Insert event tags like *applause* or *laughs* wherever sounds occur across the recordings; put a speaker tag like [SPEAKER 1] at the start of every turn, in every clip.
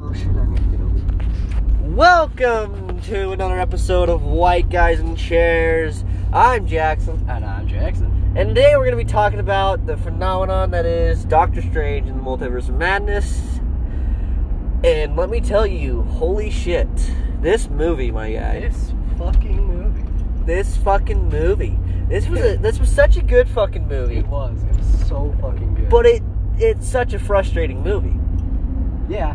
[SPEAKER 1] Oh shit, I need to get over. Welcome to another episode of White Guys in Chairs. I'm Jackson,
[SPEAKER 2] And I'm Jackson.
[SPEAKER 1] and today we're going to be talking about the phenomenon that is Doctor Strange in the Multiverse of Madness. And let me tell you, holy shit, this movie, my guy.
[SPEAKER 2] This fucking movie.
[SPEAKER 1] this fucking movie.
[SPEAKER 2] *laughs*
[SPEAKER 1] This was a, this was such a good fucking movie,
[SPEAKER 2] It was. It was so fucking good.
[SPEAKER 1] but it it's such a frustrating movie.
[SPEAKER 2] yeah.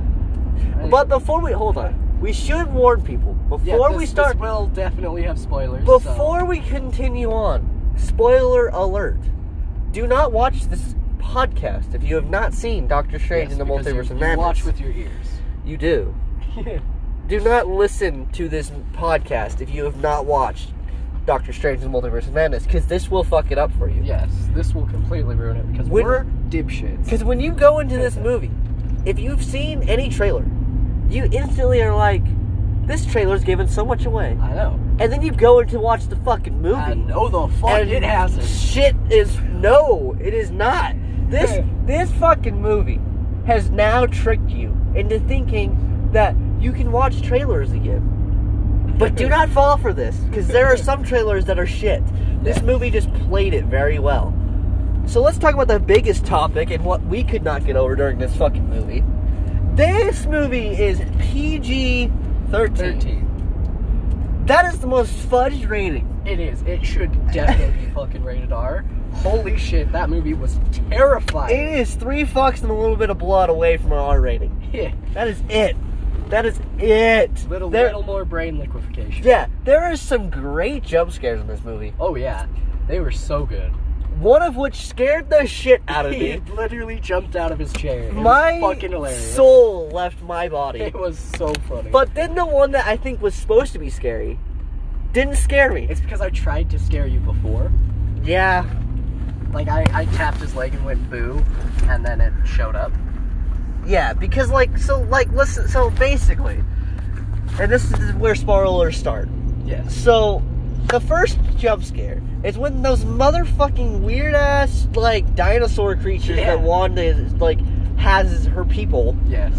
[SPEAKER 2] I-
[SPEAKER 1] But before we hold on, we should warn people
[SPEAKER 2] yeah,
[SPEAKER 1] before
[SPEAKER 2] this-
[SPEAKER 1] we start.
[SPEAKER 2] this will definitely have spoilers. so-
[SPEAKER 1] Before we continue on, spoiler alert: Do not watch this podcast if you have not seen Doctor Strange
[SPEAKER 2] Yes,
[SPEAKER 1] in the
[SPEAKER 2] because
[SPEAKER 1] Multiverse
[SPEAKER 2] you,
[SPEAKER 1] of
[SPEAKER 2] you
[SPEAKER 1] Madness.
[SPEAKER 2] watch with your
[SPEAKER 1] *laughs*
[SPEAKER 2] ears.
[SPEAKER 1] you do. Do not listen to this podcast if you have not watched Doctor Strange in the Multiverse of Madness, because this will fuck it up for you.
[SPEAKER 2] yes, this will completely ruin it because
[SPEAKER 1] When-
[SPEAKER 2] we're dipshits.
[SPEAKER 1] Because when you go into this movie, if you've seen any trailer, you instantly are like, this trailer's giving so much away.
[SPEAKER 2] I know.
[SPEAKER 1] And then you go in to watch the fucking movie.
[SPEAKER 2] I know the fuck
[SPEAKER 1] and
[SPEAKER 2] it hasn't.
[SPEAKER 1] Shit is no, it is not. This
[SPEAKER 2] Yeah.
[SPEAKER 1] this fucking movie has now tricked you into thinking that you can watch trailers again.
[SPEAKER 2] *laughs*
[SPEAKER 1] But do not fall for this, because there are some trailers that are shit. This
[SPEAKER 2] Yeah.
[SPEAKER 1] movie just played it very well. So let's talk about the biggest topic and what we could not get over during this fucking movie. This movie is PG 13.
[SPEAKER 2] Thirteen.
[SPEAKER 1] That is the most fudged rating
[SPEAKER 2] It is. It should definitely be fucking rated R. Holy shit, that movie was terrifying.
[SPEAKER 1] It is three fucks and a little bit of blood away from an R rating.
[SPEAKER 2] Yeah.
[SPEAKER 1] That is it. That is it.
[SPEAKER 2] *laughs* Little
[SPEAKER 1] There-
[SPEAKER 2] little more brain liquefaction.
[SPEAKER 1] Yeah, there are some great jump scares in this movie.
[SPEAKER 2] Oh yeah. They were so good.
[SPEAKER 1] One of which scared the shit out of
[SPEAKER 2] He *laughs*
[SPEAKER 1] me.
[SPEAKER 2] literally jumped out of his chair. It
[SPEAKER 1] my
[SPEAKER 2] was fucking hilarious.
[SPEAKER 1] soul left my body.
[SPEAKER 2] *laughs* it was so funny.
[SPEAKER 1] But then the one that I think was supposed to be scary didn't scare me.
[SPEAKER 2] it's because I tried to scare you before.
[SPEAKER 1] Yeah.
[SPEAKER 2] Like I, I tapped his leg and went boo, and then it showed up.
[SPEAKER 1] Yeah, because like so like listen so basically and this is where spoilers start.
[SPEAKER 2] Yes.
[SPEAKER 1] So, the first jump scare is when those motherfucking weird ass like dinosaur creatures
[SPEAKER 2] Yeah.
[SPEAKER 1] that Wanda is, like has as her people.
[SPEAKER 2] Yes.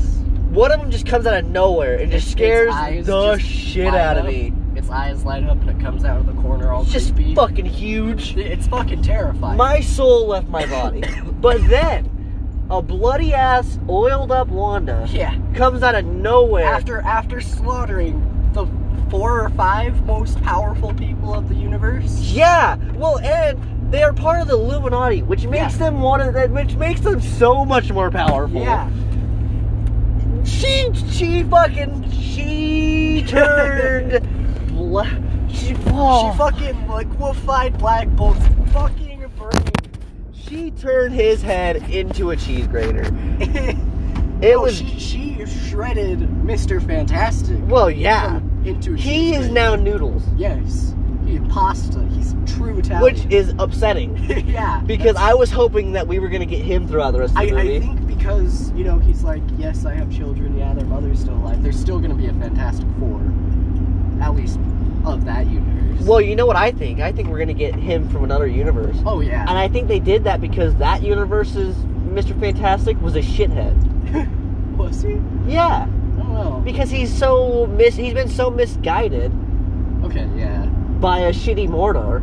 [SPEAKER 1] One of them just comes out of nowhere and just
[SPEAKER 2] Its
[SPEAKER 1] scares
[SPEAKER 2] eyes
[SPEAKER 1] the
[SPEAKER 2] just
[SPEAKER 1] shit
[SPEAKER 2] light
[SPEAKER 1] out of
[SPEAKER 2] up.
[SPEAKER 1] me.
[SPEAKER 2] Its eyes light up and it comes out of the corner all
[SPEAKER 1] It's just
[SPEAKER 2] creepy.
[SPEAKER 1] fucking huge.
[SPEAKER 2] It's fucking terrifying.
[SPEAKER 1] My soul left my body.
[SPEAKER 2] *coughs*
[SPEAKER 1] but then, a bloody ass oiled up Wanda
[SPEAKER 2] yeah.
[SPEAKER 1] comes out of nowhere.
[SPEAKER 2] After after slaughtering the four or five most powerful people of the universe.
[SPEAKER 1] Yeah. Well, and they are part of the Illuminati, which makes
[SPEAKER 2] Yeah.
[SPEAKER 1] them one of the, which makes them so much more powerful.
[SPEAKER 2] Yeah.
[SPEAKER 1] She she fucking she
[SPEAKER 2] *laughs*
[SPEAKER 1] turned. bla- she oh,
[SPEAKER 2] She fucking liquefied Black Bolt's fucking
[SPEAKER 1] she turned his head into a cheese grater.
[SPEAKER 2] brain.
[SPEAKER 1] It
[SPEAKER 2] No,
[SPEAKER 1] was
[SPEAKER 2] Oh, she, she shredded Mr. Fantastic.
[SPEAKER 1] well, yeah.
[SPEAKER 2] from- Into a
[SPEAKER 1] He
[SPEAKER 2] cheese
[SPEAKER 1] is
[SPEAKER 2] grater.
[SPEAKER 1] now noodles,
[SPEAKER 2] Yes. He pasta. He's true Italian.
[SPEAKER 1] which is upsetting *laughs*
[SPEAKER 2] yeah.
[SPEAKER 1] because I was hoping that we were gonna get him throughout the rest of the
[SPEAKER 2] I,
[SPEAKER 1] movie.
[SPEAKER 2] I think because you know he's like, yes, I have children. Yeah, their mother's still alive. There's still gonna be a Fantastic Four, at least of that universe.
[SPEAKER 1] well, you know what I think? I think we're gonna get him from another universe.
[SPEAKER 2] Oh yeah.
[SPEAKER 1] And I think they did that because that universe's Mr. Fantastic was a shithead.
[SPEAKER 2] was he? I
[SPEAKER 1] Yeah,
[SPEAKER 2] don't know.
[SPEAKER 1] because he's so mis he's been so misguided
[SPEAKER 2] Okay. Yeah. *laughs*
[SPEAKER 1] by a shitty Mordor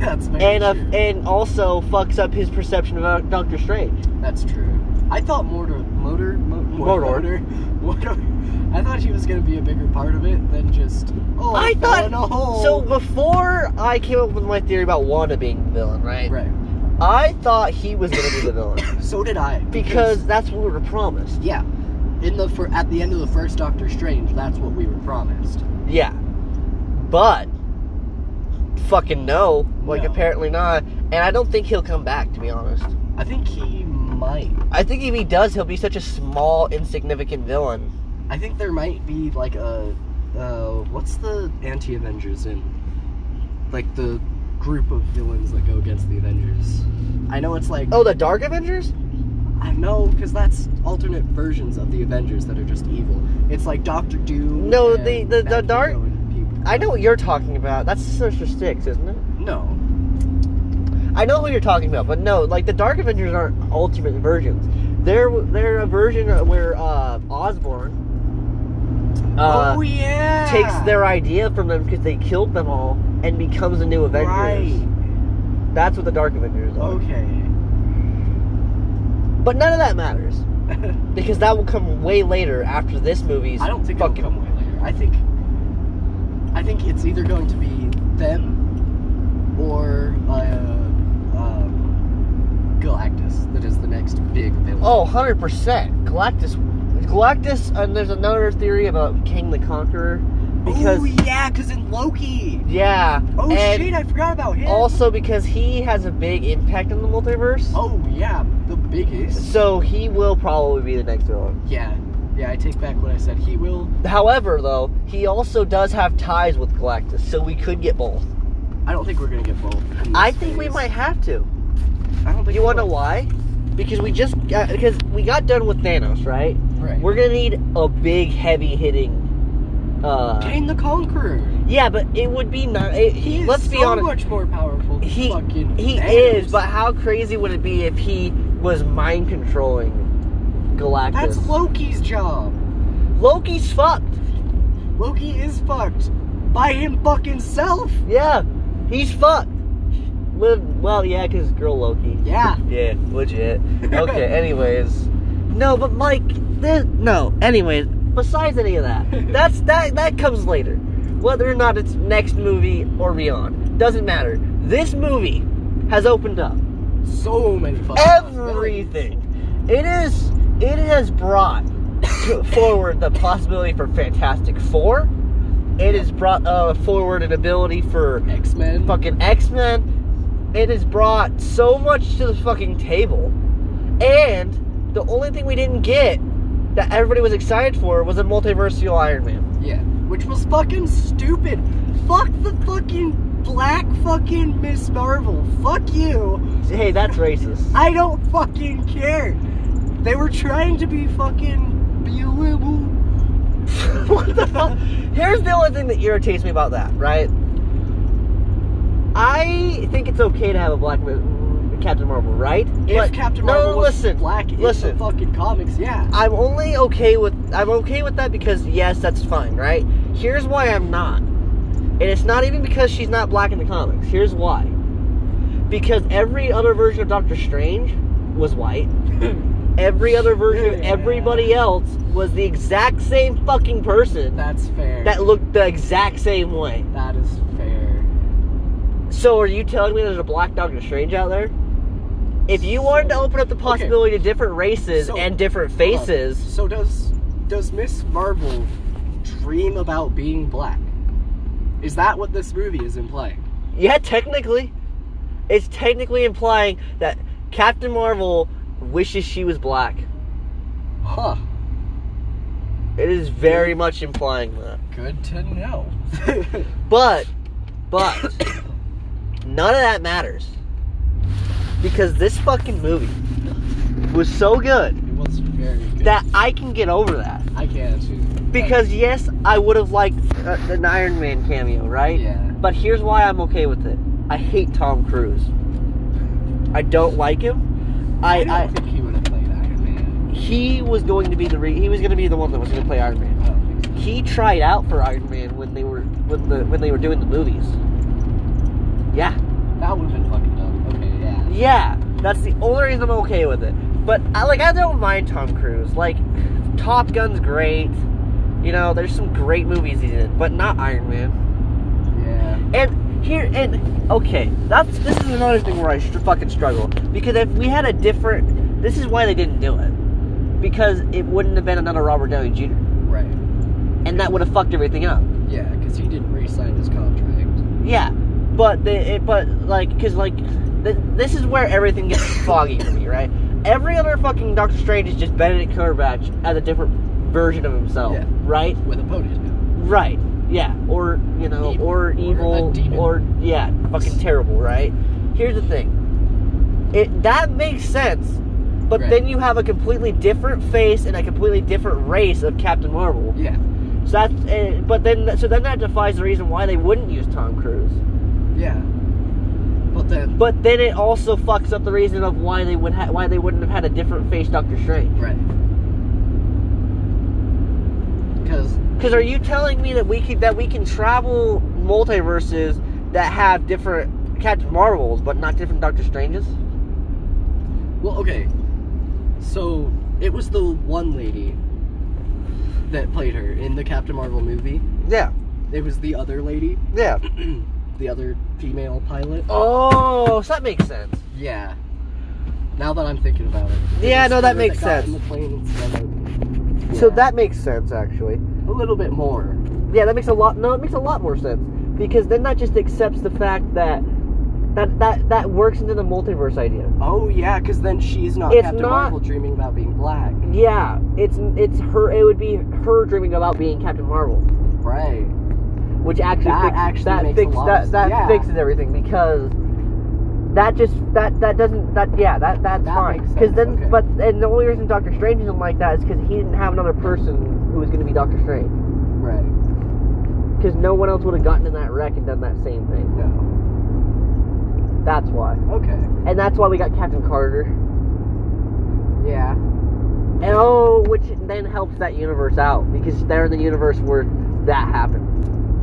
[SPEAKER 2] That's very
[SPEAKER 1] and a,
[SPEAKER 2] true.
[SPEAKER 1] and also fucks up his perception of Doctor Strange.
[SPEAKER 2] That's true. I thought Mordor, Motor, *laughs* Mo-
[SPEAKER 1] Mordor.
[SPEAKER 2] Mordor, Mordor. I thought he was gonna be a bigger part of it than just. Oh,
[SPEAKER 1] I
[SPEAKER 2] fell
[SPEAKER 1] thought
[SPEAKER 2] in a hole.
[SPEAKER 1] so before I came up with my theory about Wanda being the villain, right?
[SPEAKER 2] Right.
[SPEAKER 1] I thought he was going to be
[SPEAKER 2] *coughs*
[SPEAKER 1] the villain
[SPEAKER 2] So did I.
[SPEAKER 1] because that's what we were promised.
[SPEAKER 2] yeah, in the fir- at the end of the first Doctor Strange, that's what we were promised.
[SPEAKER 1] Yeah. But fucking no, like
[SPEAKER 2] No.
[SPEAKER 1] apparently not. And I don't think he'll come back to be honest.
[SPEAKER 2] I think he might.
[SPEAKER 1] I think if he does, he'll be such a small, insignificant villain.
[SPEAKER 2] I think there might be like a. Uh, what's the anti Avengers in? Like the group of villains that go against the Avengers. I know it's like
[SPEAKER 1] Oh, the Dark Avengers?
[SPEAKER 2] I know, because that's alternate versions of the Avengers that are just evil. It's like Doctor Doom.
[SPEAKER 1] No,
[SPEAKER 2] and
[SPEAKER 1] the- the- the
[SPEAKER 2] Magneto
[SPEAKER 1] dark-
[SPEAKER 2] and people.
[SPEAKER 1] I know what you're talking about. That's Sister Sticks, isn't it?
[SPEAKER 2] No.
[SPEAKER 1] I know who you're talking about, but no, like the Dark Avengers aren't ultimate versions. They're they're a version where uh, Osborn uh,
[SPEAKER 2] oh yeah.
[SPEAKER 1] takes their idea from them because they killed them all and becomes a new Avengers.
[SPEAKER 2] Right. Oh,
[SPEAKER 1] That's what the Dark Avengers are.
[SPEAKER 2] Okay. *laughs*
[SPEAKER 1] But none of that matters because that will come way later after this movie's.
[SPEAKER 2] I don't think it'll
[SPEAKER 1] fucking.
[SPEAKER 2] come way later. I think I think it's either going to be them or uh, um, Galactus that is the next big villain.
[SPEAKER 1] Oh, 100 percent. Galactus, Galactus, and there's another theory about King the Conqueror because
[SPEAKER 2] Ooh, Oh, yeah, because in Loki.
[SPEAKER 1] yeah,
[SPEAKER 2] Oh
[SPEAKER 1] and
[SPEAKER 2] shit, I forgot about him.
[SPEAKER 1] also because he has a big impact on the multiverse.
[SPEAKER 2] oh yeah, the biggest.
[SPEAKER 1] So he will probably be the next villain.
[SPEAKER 2] Yeah, yeah. I take back what I said. He will.
[SPEAKER 1] However, though, he also does have ties with Galactus, so we could get both.
[SPEAKER 2] I don't think we're gonna get both. in
[SPEAKER 1] I
[SPEAKER 2] this
[SPEAKER 1] think we
[SPEAKER 2] phase.
[SPEAKER 1] might have to.
[SPEAKER 2] I don't think
[SPEAKER 1] You
[SPEAKER 2] we
[SPEAKER 1] want to know
[SPEAKER 2] will.
[SPEAKER 1] why? Because we just got, because we got done with Thanos, right?
[SPEAKER 2] Right.
[SPEAKER 1] We're gonna need a big, heavy hitting. Uh,
[SPEAKER 2] Kane the Conqueror.
[SPEAKER 1] Yeah, but it would be not. It,
[SPEAKER 2] He is
[SPEAKER 1] let's
[SPEAKER 2] so
[SPEAKER 1] be honest.
[SPEAKER 2] much more powerful. Than
[SPEAKER 1] He
[SPEAKER 2] fucking
[SPEAKER 1] he
[SPEAKER 2] Thanos.
[SPEAKER 1] is, but how crazy would it be if he was mind controlling Galactus?
[SPEAKER 2] That's Loki's job.
[SPEAKER 1] Loki's fucked.
[SPEAKER 2] Loki is fucked by him fuck himself.
[SPEAKER 1] Yeah, he's fucked. Live well, yeah, cause girl Loki.
[SPEAKER 2] Yeah.
[SPEAKER 1] Yeah, legit.
[SPEAKER 2] *laughs*
[SPEAKER 1] Okay, anyways. No, but Mike, th- no. Anyways, besides any of that, that's that that comes later. Whether or not it's next movie or beyond, doesn't matter. This movie has opened up
[SPEAKER 2] So many fucking possibilities.
[SPEAKER 1] everything. It is it has brought *coughs* to- forward the possibility for Fantastic Four. It has brought uh, forward an ability for
[SPEAKER 2] X-Men.
[SPEAKER 1] fucking X Men. It has brought so much to the fucking table. And the only thing we didn't get that everybody was excited for was a multiversal Iron Man.
[SPEAKER 2] Yeah. Which was fucking stupid. Fuck the fucking black fucking Miss Marvel. Fuck you.
[SPEAKER 1] Hey, that's racist.
[SPEAKER 2] I don't fucking care. They were trying to be fucking beautiful.
[SPEAKER 1] *laughs* what the fuck? Here's the only thing that irritates me about that, right? I think it's okay to have a black m- Captain Marvel, right?
[SPEAKER 2] If
[SPEAKER 1] But-
[SPEAKER 2] Captain
[SPEAKER 1] no,
[SPEAKER 2] Marvel was
[SPEAKER 1] listen,
[SPEAKER 2] black in
[SPEAKER 1] listen.
[SPEAKER 2] the fucking comics, yeah.
[SPEAKER 1] I'm only okay with I'm okay with that because yes, that's fine, right? Here's why I'm not. And it's not even because she's not black in the comics. Here's why. Because every other version of Doctor Strange
[SPEAKER 2] *laughs*
[SPEAKER 1] was white. Every other version of
[SPEAKER 2] Yeah.
[SPEAKER 1] everybody else was the exact same fucking person
[SPEAKER 2] That's fair.
[SPEAKER 1] that looked the exact same way.
[SPEAKER 2] that is fair.
[SPEAKER 1] So are you telling me there's a black Doctor Strange out there? If you wanted to open up the possibility to different races
[SPEAKER 2] So-
[SPEAKER 1] and different
[SPEAKER 2] Hold on.
[SPEAKER 1] faces,
[SPEAKER 2] So does does Miss Marvel dream about being black? Is that what this movie is implying?
[SPEAKER 1] Yeah, technically. It's technically implying that Captain Marvel wishes she was black.
[SPEAKER 2] Huh.
[SPEAKER 1] It is very
[SPEAKER 2] Hmm.
[SPEAKER 1] much implying that.
[SPEAKER 2] Good to know. *laughs*
[SPEAKER 1] But,
[SPEAKER 2] *coughs*
[SPEAKER 1] but, none of that matters. Because this fucking movie was so good
[SPEAKER 2] it was very good.
[SPEAKER 1] that I can get over that.
[SPEAKER 2] I can't choose.
[SPEAKER 1] Because, yes, I would have liked uh, an Iron Man cameo, right?
[SPEAKER 2] yeah.
[SPEAKER 1] But here's why I'm okay with it I hate Tom Cruise. I don't like him.
[SPEAKER 2] I,
[SPEAKER 1] I,
[SPEAKER 2] don't
[SPEAKER 1] I,
[SPEAKER 2] think he would have played Iron Man.
[SPEAKER 1] he was going to be the re- he was going to be the one that was going to play Iron Man.
[SPEAKER 2] I don't think
[SPEAKER 1] He tried out for Iron Man when they were when the when they were doing the movies. Yeah,
[SPEAKER 2] so. That would have been fucking dumb. Okay, yeah.
[SPEAKER 1] yeah. That's the only reason I'm okay with it. But I like I don't mind Tom Cruise. Like Top Gun's great. You know, there's some great movies he's in, but not Iron Man.
[SPEAKER 2] Yeah.
[SPEAKER 1] And here and okay, that's this is another thing where I str- fucking struggle because if we had a different, this is why they didn't do it because it wouldn't have been another Robert Downey Jr.
[SPEAKER 2] Right.
[SPEAKER 1] and that would have fucked everything up.
[SPEAKER 2] Yeah, because he didn't re-sign his contract.
[SPEAKER 1] Yeah, but the it, but like because like th- this is where everything gets foggy for me, right? Every other fucking Doctor Strange is just Benedict Cumberbatch as a different version of himself,
[SPEAKER 2] Yeah.
[SPEAKER 1] right?
[SPEAKER 2] With a ponytail.
[SPEAKER 1] Right. Yeah. Or you know,
[SPEAKER 2] Evil. Or
[SPEAKER 1] or
[SPEAKER 2] a
[SPEAKER 1] evil,
[SPEAKER 2] demon.
[SPEAKER 1] or yeah, fucking terrible, right? Here's the thing, it that makes sense, but
[SPEAKER 2] Right.
[SPEAKER 1] then you have a completely different face and a completely different race of Captain Marvel.
[SPEAKER 2] Yeah.
[SPEAKER 1] So that's, uh, but then, so then that defies the reason why they wouldn't use Tom Cruise.
[SPEAKER 2] Yeah. But then.
[SPEAKER 1] But then it also fucks up the reason of why they would ha- why they wouldn't have had a different face Doctor Strange.
[SPEAKER 2] Right. Because
[SPEAKER 1] Because are you telling me that we can, that we can travel multiverses that have different Captain Marvels but not different Doctor Stranges?
[SPEAKER 2] Well, okay. So it was the one lady that played her in the Captain Marvel movie.
[SPEAKER 1] Yeah,
[SPEAKER 2] It was the other lady,
[SPEAKER 1] yeah.
[SPEAKER 2] the other female pilot.
[SPEAKER 1] Oh, so that makes sense.
[SPEAKER 2] Yeah. Now that I'm thinking about it. it
[SPEAKER 1] Yeah,
[SPEAKER 2] was
[SPEAKER 1] no, that
[SPEAKER 2] her
[SPEAKER 1] makes
[SPEAKER 2] got
[SPEAKER 1] sense.
[SPEAKER 2] on the plane instead of-
[SPEAKER 1] So
[SPEAKER 2] Yeah,
[SPEAKER 1] that makes sense actually.
[SPEAKER 2] a little bit more.
[SPEAKER 1] Yeah, that makes a lot. No, it makes a lot more sense because then that just accepts the fact that that that that works into the multiverse idea.
[SPEAKER 2] Oh yeah, because then she's not
[SPEAKER 1] It's
[SPEAKER 2] Captain
[SPEAKER 1] not-
[SPEAKER 2] Marvel dreaming about being black.
[SPEAKER 1] Yeah, it's it's her. It would be her dreaming about being Captain Marvel,
[SPEAKER 2] Right.
[SPEAKER 1] which actually
[SPEAKER 2] That
[SPEAKER 1] fix-
[SPEAKER 2] actually
[SPEAKER 1] that
[SPEAKER 2] makes a
[SPEAKER 1] fix-
[SPEAKER 2] lot
[SPEAKER 1] that
[SPEAKER 2] of-
[SPEAKER 1] that
[SPEAKER 2] yeah.
[SPEAKER 1] fixes everything because that just that that doesn't that yeah that that's
[SPEAKER 2] That
[SPEAKER 1] fine
[SPEAKER 2] makes
[SPEAKER 1] because
[SPEAKER 2] sense,
[SPEAKER 1] then
[SPEAKER 2] okay.
[SPEAKER 1] but and the only reason Doctor Strange isn't like that is because he didn't have another person who was going to be Doctor Strange
[SPEAKER 2] Right.
[SPEAKER 1] because no one else would have gotten in that wreck and done that same thing.
[SPEAKER 2] No.
[SPEAKER 1] That's why,
[SPEAKER 2] Okay.
[SPEAKER 1] and that's why we got Captain Carter.
[SPEAKER 2] Yeah.
[SPEAKER 1] And oh, which then helps that universe out because they're in the universe where that happened,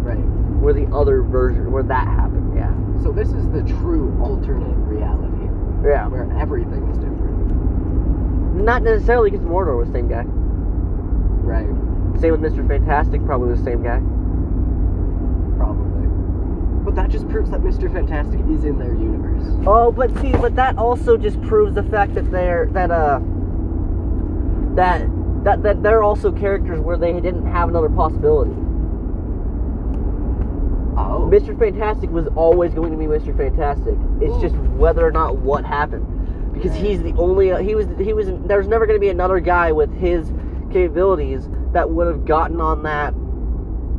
[SPEAKER 2] Right.
[SPEAKER 1] where the other version, where that happened. Yeah,
[SPEAKER 2] So this is the true alternate reality
[SPEAKER 1] yeah.
[SPEAKER 2] where everything is different.
[SPEAKER 1] Not necessarily because Mordor was the same guy.
[SPEAKER 2] Right.
[SPEAKER 1] Same with Mister Fantastic, probably the same guy.
[SPEAKER 2] Probably. But that just proves that Mr. Fantastic is in their universe.
[SPEAKER 1] Oh, but see, but that also just proves the fact that they're that uh that that that they're also characters where they didn't have another possibility.
[SPEAKER 2] Oh.
[SPEAKER 1] Mr. Fantastic was always going to be Mr. Fantastic. It's
[SPEAKER 2] Ooh.
[SPEAKER 1] just whether or not what happened, because
[SPEAKER 2] Right.
[SPEAKER 1] he's the only uh, he was he was there's never going to be another guy with his capabilities that would have gotten on that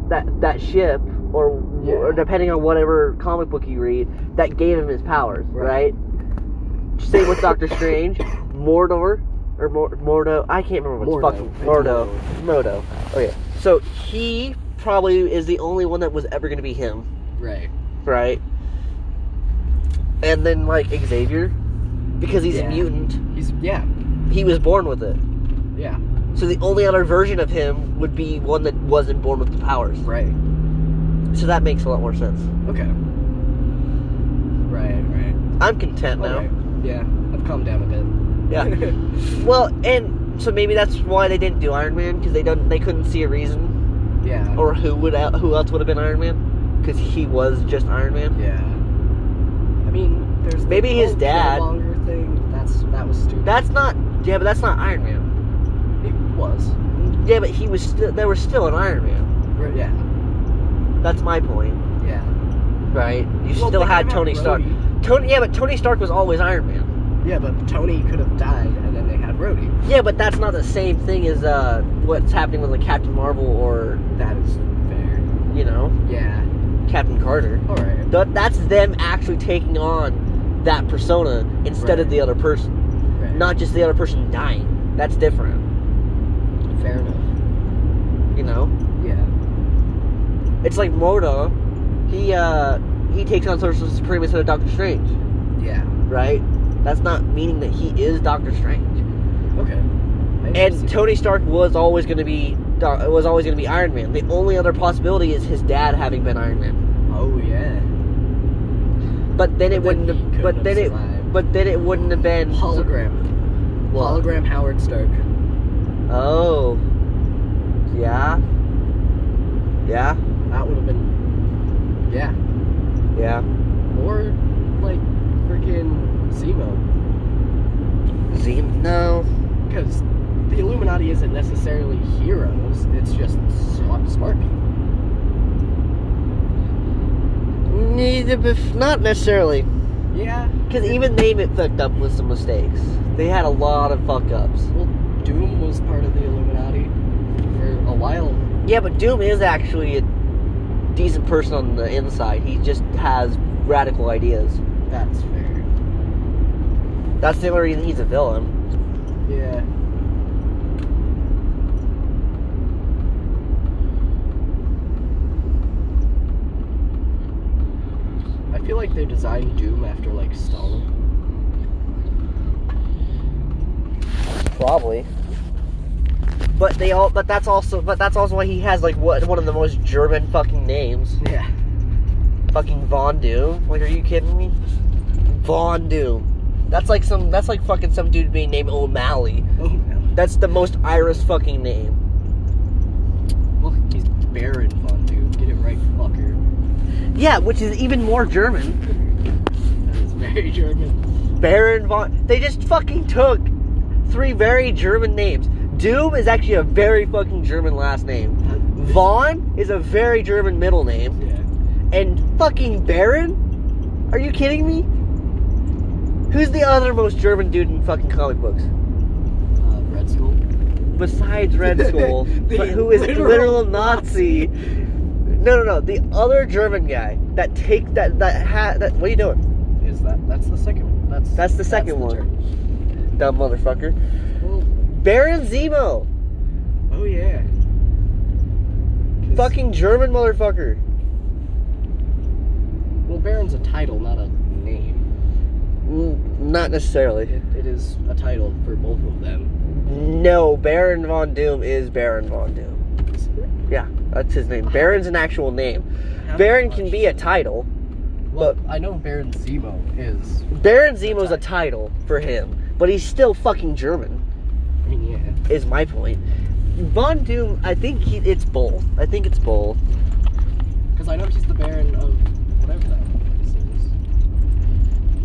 [SPEAKER 1] that that ship or, or
[SPEAKER 2] Yeah.
[SPEAKER 1] depending on whatever comic book you read that gave him his powers, right?
[SPEAKER 2] Right.
[SPEAKER 1] Same with Doctor Strange, Mordor or Mor- Mordo. I can't remember
[SPEAKER 2] Mordo.
[SPEAKER 1] what's fucking
[SPEAKER 2] It's
[SPEAKER 1] Mordo. Mordo. Oh yeah. So he probably is the only one that was ever going to be him
[SPEAKER 2] Right.
[SPEAKER 1] right? And then like Xavier, because he's
[SPEAKER 2] Yeah.
[SPEAKER 1] a mutant,
[SPEAKER 2] He's yeah.
[SPEAKER 1] he was born with it.
[SPEAKER 2] Yeah.
[SPEAKER 1] So the only other version of him would be one that wasn't born with the powers.
[SPEAKER 2] Right.
[SPEAKER 1] So that makes a lot more sense.
[SPEAKER 2] Okay. Right, right.
[SPEAKER 1] I'm content now.
[SPEAKER 2] Okay. Yeah. I've calmed down a bit. *laughs*
[SPEAKER 1] Yeah. well, and so maybe that's why they didn't do Iron Man because they don't they couldn't see a reason
[SPEAKER 2] yeah.
[SPEAKER 1] or who would el- who else would have been Iron Man because he was just Iron Man.
[SPEAKER 2] yeah. I mean, there's the
[SPEAKER 1] Maybe his
[SPEAKER 2] whole
[SPEAKER 1] dad-
[SPEAKER 2] Killmonger thing. That's that was stupid.
[SPEAKER 1] That's not yeah, but that's not Iron Man.
[SPEAKER 2] it was.
[SPEAKER 1] Yeah, but he was still there was still an Iron Man.
[SPEAKER 2] Right, Yeah.
[SPEAKER 1] That's my point.
[SPEAKER 2] Yeah.
[SPEAKER 1] Right. You
[SPEAKER 2] Well,
[SPEAKER 1] still
[SPEAKER 2] they
[SPEAKER 1] had
[SPEAKER 2] could've
[SPEAKER 1] Tony Stark.
[SPEAKER 2] Rhodey.
[SPEAKER 1] Tony, yeah, but Tony Stark was always Iron Man.
[SPEAKER 2] Yeah, but Tony could have died, and then they had Rhodey.
[SPEAKER 1] Yeah, but that's not the same thing as uh, what's happening with like Captain Marvel or
[SPEAKER 2] That is fair.
[SPEAKER 1] you know
[SPEAKER 2] Yeah.
[SPEAKER 1] Captain Carter.
[SPEAKER 2] All right.
[SPEAKER 1] That that's them actually taking on that persona instead of
[SPEAKER 2] Right.
[SPEAKER 1] the other person.
[SPEAKER 2] right.
[SPEAKER 1] Not just the other person dying. That's different.
[SPEAKER 2] fair enough.
[SPEAKER 1] You know,
[SPEAKER 2] Yeah.
[SPEAKER 1] it's like Mordo. He uh he takes on Sorcerer Supreme instead of Doctor Strange.
[SPEAKER 2] Yeah.
[SPEAKER 1] Right. That's not meaning that he is Doctor Strange.
[SPEAKER 2] Okay. I see.
[SPEAKER 1] And Tony Stark was always going to be was always going to be Iron Man. The only other possibility is his dad having been Iron Man.
[SPEAKER 2] Oh yeah.
[SPEAKER 1] But then it wouldn't.
[SPEAKER 2] he
[SPEAKER 1] Have,
[SPEAKER 2] couldn't
[SPEAKER 1] but
[SPEAKER 2] have
[SPEAKER 1] then it.
[SPEAKER 2] survived.
[SPEAKER 1] But then it wouldn't have been
[SPEAKER 2] hologram.
[SPEAKER 1] What?
[SPEAKER 2] Hologram Howard Stark.
[SPEAKER 1] Oh. Yeah. Yeah.
[SPEAKER 2] That would have been. Yeah.
[SPEAKER 1] Yeah.
[SPEAKER 2] Or like freaking Zemo,
[SPEAKER 1] Z. No.
[SPEAKER 2] because the Illuminati isn't necessarily heroes. It's just smart, smart people.
[SPEAKER 1] Neither. Bef- not necessarily.
[SPEAKER 2] Yeah.
[SPEAKER 1] Because even they bit fucked up with some mistakes. They had a lot of fuck ups.
[SPEAKER 2] Well, Doom was part of the Illuminati for a while.
[SPEAKER 1] Yeah, but Doom is actually a decent person on the inside. He just has radical ideas.
[SPEAKER 2] That's fair.
[SPEAKER 1] That's the only reason he's a villain.
[SPEAKER 2] Yeah. I feel like they designed Doom after like Stalin.
[SPEAKER 1] Probably. But they all, but that's also, but that's also why he has like what one of the most German fucking names,
[SPEAKER 2] Yeah.
[SPEAKER 1] fucking Von Doom. Like, are you kidding me? Von Doom. That's like some. That's like fucking some dude being named O'Malley.
[SPEAKER 2] *laughs* Oh, no.
[SPEAKER 1] That's the most Irish fucking name.
[SPEAKER 2] Well, he's Baron Von Doom. Get it right, fucker.
[SPEAKER 1] Yeah, which is even more German.
[SPEAKER 2] That is very *laughs* German.
[SPEAKER 1] Baron von. They just fucking took three very German names. Doom is actually a very fucking German last name. Vaughn is a very German middle name.
[SPEAKER 2] Yeah.
[SPEAKER 1] And fucking Baron? Are you kidding me? Who's the other most German dude in fucking comic books?
[SPEAKER 2] Uh, Red Skull. *laughs*
[SPEAKER 1] Besides Red Skull,
[SPEAKER 2] The
[SPEAKER 1] but who is
[SPEAKER 2] literal
[SPEAKER 1] literal Nazi? No, no, no. The other German guy that take that that hat. That, what are you doing?
[SPEAKER 2] Is that? That's the second one. That's
[SPEAKER 1] That's the second one.
[SPEAKER 2] German.
[SPEAKER 1] Dumb motherfucker.
[SPEAKER 2] Well,
[SPEAKER 1] Baron Zemo.
[SPEAKER 2] oh yeah. 'Cause-
[SPEAKER 1] Fucking German motherfucker.
[SPEAKER 2] Well, Baron's a title, not a name.
[SPEAKER 1] Mm, Not necessarily.
[SPEAKER 2] It, it is a title for both of them.
[SPEAKER 1] No, Baron Von Doom is Baron Von Doom. Yeah, that's his name. Baron's an actual name. Baron can be a title.
[SPEAKER 2] Well, I know Baron Zemo is.
[SPEAKER 1] Baron Zemo's a title for him, but he's still fucking German,
[SPEAKER 2] I mean, yeah.
[SPEAKER 1] is my point. Von Doom, I think he, it's both. I think it's both.
[SPEAKER 2] Because I know he's the Baron of whatever that place is.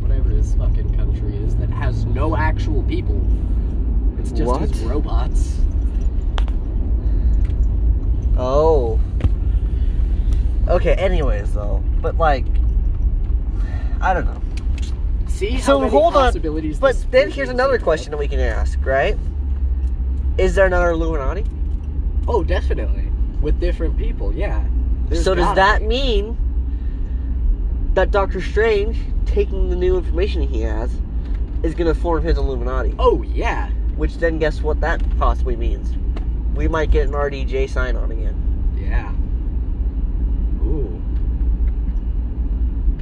[SPEAKER 2] Whatever his fucking country is that has no actual people. It's just
[SPEAKER 1] What?
[SPEAKER 2] his robots.
[SPEAKER 1] Oh. Okay, anyways, though. But, like, I don't know.
[SPEAKER 2] See
[SPEAKER 1] So,
[SPEAKER 2] how many
[SPEAKER 1] hold on,
[SPEAKER 2] possibilities
[SPEAKER 1] But
[SPEAKER 2] this
[SPEAKER 1] then
[SPEAKER 2] species
[SPEAKER 1] here's another
[SPEAKER 2] has.
[SPEAKER 1] question that we can ask, right? Is there another Illuminati?
[SPEAKER 2] Oh, definitely. With different people, yeah. There's
[SPEAKER 1] so does
[SPEAKER 2] gotta
[SPEAKER 1] that
[SPEAKER 2] be.
[SPEAKER 1] mean that Doctor Strange, taking the new information he has, is going to form his Illuminati?
[SPEAKER 2] Oh yeah.
[SPEAKER 1] Which then, guess what that possibly means? We might get an RDJ sign on again
[SPEAKER 2] Yeah. Ooh.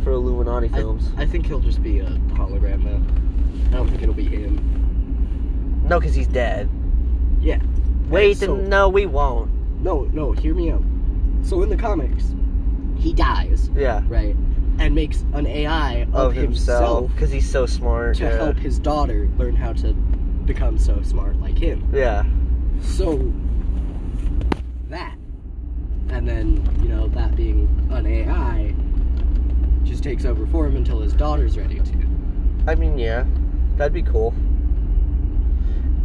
[SPEAKER 1] for Illuminati
[SPEAKER 2] I,
[SPEAKER 1] films.
[SPEAKER 2] I think he'll just be a hologram though. I don't think it'll be him.
[SPEAKER 1] No, because he's dead.
[SPEAKER 2] Yeah.
[SPEAKER 1] Wait,
[SPEAKER 2] so-
[SPEAKER 1] then no, we won't.
[SPEAKER 2] No, no, hear me out. So in the comics, he dies,
[SPEAKER 1] Yeah,
[SPEAKER 2] right? And makes an AI of,
[SPEAKER 1] of himself
[SPEAKER 2] himself,
[SPEAKER 1] because he's so smart.
[SPEAKER 2] to
[SPEAKER 1] yeah.
[SPEAKER 2] help his daughter learn how to become so smart like him.
[SPEAKER 1] Yeah,
[SPEAKER 2] So that and then, you know, that being an AI just takes over for him until his daughter's ready to.
[SPEAKER 1] I mean, yeah, that'd be cool.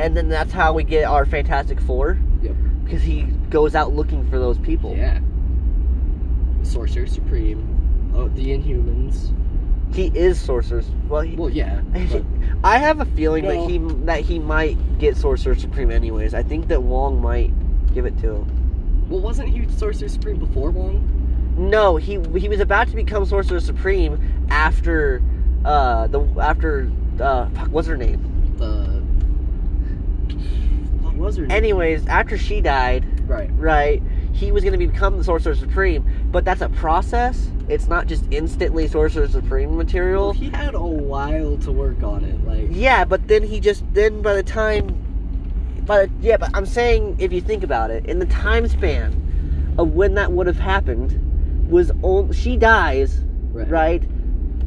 [SPEAKER 1] And then that's how we get our Fantastic Four.
[SPEAKER 2] Yep.
[SPEAKER 1] Because he goes out looking for those people.
[SPEAKER 2] Yeah. Sorcerer Supreme. Oh, the Inhumans.
[SPEAKER 1] He is Sorcerer. Well, he,
[SPEAKER 2] Well, yeah.
[SPEAKER 1] *laughs*
[SPEAKER 2] but-
[SPEAKER 1] I have a feeling
[SPEAKER 2] No.
[SPEAKER 1] that he that he might get Sorcerer Supreme anyways. I think that Wong might give it to him.
[SPEAKER 2] well, wasn't he Sorcerer Supreme before Wong?
[SPEAKER 1] No, he he was about to become Sorcerer Supreme after uh the after uh fuck, what's her name?
[SPEAKER 2] The. What was her name?
[SPEAKER 1] Anyways, after she died,
[SPEAKER 2] Right.
[SPEAKER 1] right? He was going to become the Sorcerer Supreme, but that's a process. It's not just instantly Sorcerer Supreme material.
[SPEAKER 2] Well, he had a while to work on it. Like,
[SPEAKER 1] Yeah, but then he just then by the time, by the, yeah, but I'm saying if you think about it, in the time span of when that would have happened, was on, she dies
[SPEAKER 2] right.
[SPEAKER 1] right,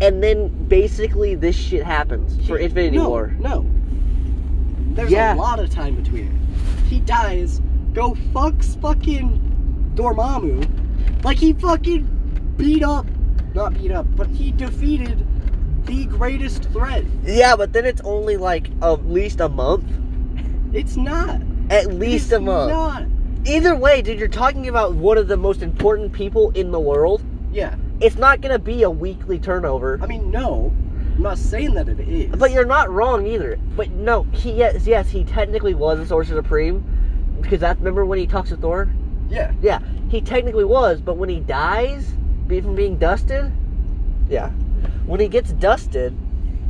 [SPEAKER 1] and then basically this shit happens for
[SPEAKER 2] He-
[SPEAKER 1] Infinity
[SPEAKER 2] no,
[SPEAKER 1] War.
[SPEAKER 2] No. There's
[SPEAKER 1] Yeah.
[SPEAKER 2] a lot of time between it. He dies. Go fucks fucking Dormammu. Like he fucking beat up, not beat up, but he defeated the greatest threat.
[SPEAKER 1] Yeah, but then it's only like at least a month,
[SPEAKER 2] It's not.
[SPEAKER 1] at least
[SPEAKER 2] it's
[SPEAKER 1] a month.
[SPEAKER 2] Not.
[SPEAKER 1] Either way, dude, you're talking about one of the most important people in the world.
[SPEAKER 2] Yeah.
[SPEAKER 1] It's not gonna be a weekly turnover.
[SPEAKER 2] I mean, no. I'm not saying that it is.
[SPEAKER 1] But you're not wrong either. But no, he yes, yes, he technically was a Sorcerer Supreme because that remember when he talks to Thor?
[SPEAKER 2] yeah.
[SPEAKER 1] Yeah, he technically was, but when he dies be- from being dusted, yeah, when he gets dusted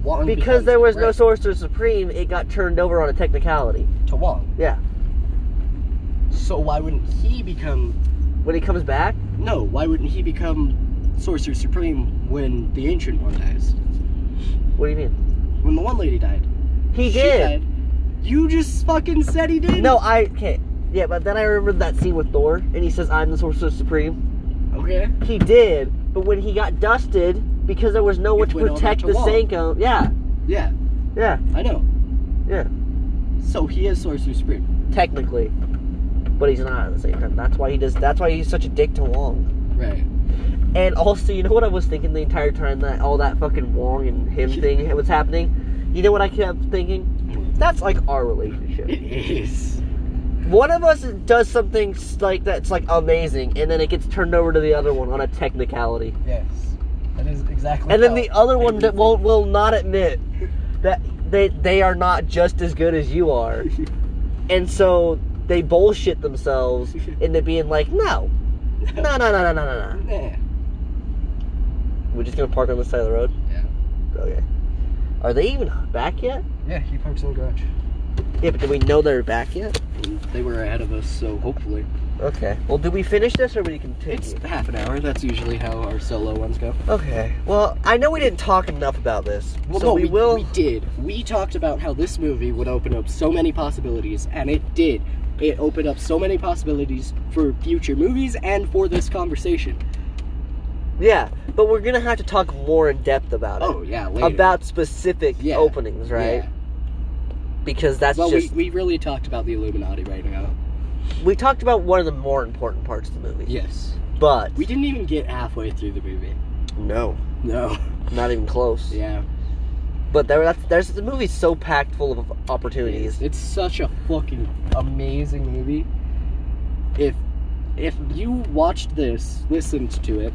[SPEAKER 2] Wong
[SPEAKER 1] because there was
[SPEAKER 2] becomes
[SPEAKER 1] no
[SPEAKER 2] the
[SPEAKER 1] Sorcerer Supreme, it got turned over on a technicality.
[SPEAKER 2] threat to Wong.
[SPEAKER 1] Yeah,
[SPEAKER 2] So why wouldn't he become
[SPEAKER 1] when he comes back,
[SPEAKER 2] No, why wouldn't he become Sorcerer Supreme when the Ancient One dies?
[SPEAKER 1] what do you mean?
[SPEAKER 2] When the one lady died.
[SPEAKER 1] He
[SPEAKER 2] She
[SPEAKER 1] did.
[SPEAKER 2] died. You just fucking said he did.
[SPEAKER 1] No, I okay. Yeah, but then I remembered that scene with Thor, and he says, "I'm the Sorcerer Supreme."
[SPEAKER 2] Okay.
[SPEAKER 1] He did, but when he got dusted because there was no one
[SPEAKER 2] It
[SPEAKER 1] to
[SPEAKER 2] went over
[SPEAKER 1] protect
[SPEAKER 2] to
[SPEAKER 1] the
[SPEAKER 2] Wong.
[SPEAKER 1] Sanko. Yeah,
[SPEAKER 2] Yeah,
[SPEAKER 1] yeah,
[SPEAKER 2] I know.
[SPEAKER 1] yeah.
[SPEAKER 2] So he is Sorcerer Supreme,
[SPEAKER 1] Technically, but he's not at the same time. That's why he does. That's why he's such a dick to Wong.
[SPEAKER 2] right? *laughs*
[SPEAKER 1] And also, you know what I was thinking the entire time that all that fucking Wong and him thing was happening. You know what I kept thinking? That's like our
[SPEAKER 2] *laughs*
[SPEAKER 1] relationship.
[SPEAKER 2] It is.
[SPEAKER 1] One of us does something s- like that's like amazing, and then it gets turned over to the other one on a technicality,
[SPEAKER 2] Yes, that is exactly.
[SPEAKER 1] and then
[SPEAKER 2] how
[SPEAKER 1] the other
[SPEAKER 2] I
[SPEAKER 1] one
[SPEAKER 2] do *laughs*
[SPEAKER 1] that will will not admit that they they are not just as good as you are, *laughs* and so they bullshit themselves into being like, no,
[SPEAKER 2] things.
[SPEAKER 1] no, no, no, no, no, no, no.
[SPEAKER 2] Nah.
[SPEAKER 1] We're just gonna park on the side of the road.
[SPEAKER 2] Yeah.
[SPEAKER 1] Okay. Are they even back yet?
[SPEAKER 2] Yeah, he parks in the garage.
[SPEAKER 1] Yeah, but do we know they're back yet?
[SPEAKER 2] They were ahead of us, so hopefully.
[SPEAKER 1] Okay. Well, do we finish this or we continue?
[SPEAKER 2] It's half an hour. That's usually how our solo ones go.
[SPEAKER 1] Okay. Well, I know we didn't talk enough about this, so we, will.
[SPEAKER 2] We did. We talked about how this movie would open up so many possibilities, and it did. It opened up so many possibilities for future movies and for this conversation.
[SPEAKER 1] Yeah, but we're gonna have to talk more in depth about it.
[SPEAKER 2] Oh yeah, later.
[SPEAKER 1] About specific
[SPEAKER 2] Yeah.
[SPEAKER 1] openings, right?
[SPEAKER 2] Yeah.
[SPEAKER 1] Because that's
[SPEAKER 2] Well,
[SPEAKER 1] just
[SPEAKER 2] we, we really talked about the Illuminati right now.
[SPEAKER 1] we, talked about one of the more important parts of the movie.
[SPEAKER 2] Yes.
[SPEAKER 1] But
[SPEAKER 2] We didn't even get halfway through the movie.
[SPEAKER 1] no,
[SPEAKER 2] No.
[SPEAKER 1] not even close.
[SPEAKER 2] Yeah.
[SPEAKER 1] But there, that's, there's the movie's so packed full of opportunities.
[SPEAKER 2] It's such a fucking amazing movie. If if you watched this, listened to it,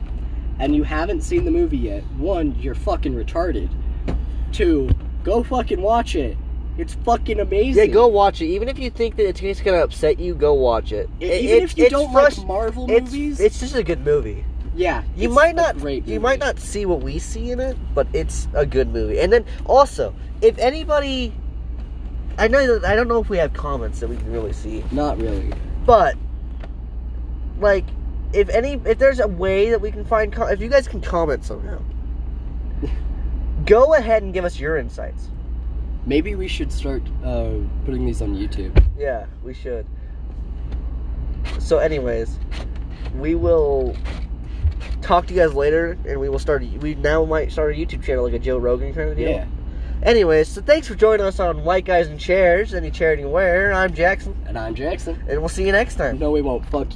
[SPEAKER 2] and you haven't seen the movie yet, one, you're fucking retarded. Two, go fucking watch it. It's fucking amazing.
[SPEAKER 1] Yeah, go watch it. Even if you think that it's just gonna upset you, go watch it.
[SPEAKER 2] I-
[SPEAKER 1] It-
[SPEAKER 2] E, Even
[SPEAKER 1] it-
[SPEAKER 2] if you
[SPEAKER 1] it's
[SPEAKER 2] don't
[SPEAKER 1] frust-
[SPEAKER 2] like Marvel
[SPEAKER 1] it's,
[SPEAKER 2] movies,
[SPEAKER 1] it's just a good movie.
[SPEAKER 2] yeah,
[SPEAKER 1] you
[SPEAKER 2] it's
[SPEAKER 1] might
[SPEAKER 2] a
[SPEAKER 1] not
[SPEAKER 2] Great
[SPEAKER 1] you
[SPEAKER 2] movie.
[SPEAKER 1] might not see what we see in it, but it's a good movie. And then also, if anybody I know that I don't know if we have comments that we can really see,
[SPEAKER 2] Not really.
[SPEAKER 1] but like if any if there's a way that we can find com- if you guys can
[SPEAKER 2] *laughs*
[SPEAKER 1] comment somehow. go ahead and give us your insights.
[SPEAKER 2] Maybe we should start uh, putting these on YouTube.
[SPEAKER 1] Yeah, we should. So anyways, we will talk to you guys later and we will start we now might start a YouTube channel like a Joe Rogan kind of deal.
[SPEAKER 2] Yeah.
[SPEAKER 1] Anyways, so thanks for joining us on White Guys and Chairs, any chair anywhere. I'm Jackson,
[SPEAKER 2] And I'm Jackson.
[SPEAKER 1] and we'll see you next time.
[SPEAKER 2] No, we won't. Fuck you.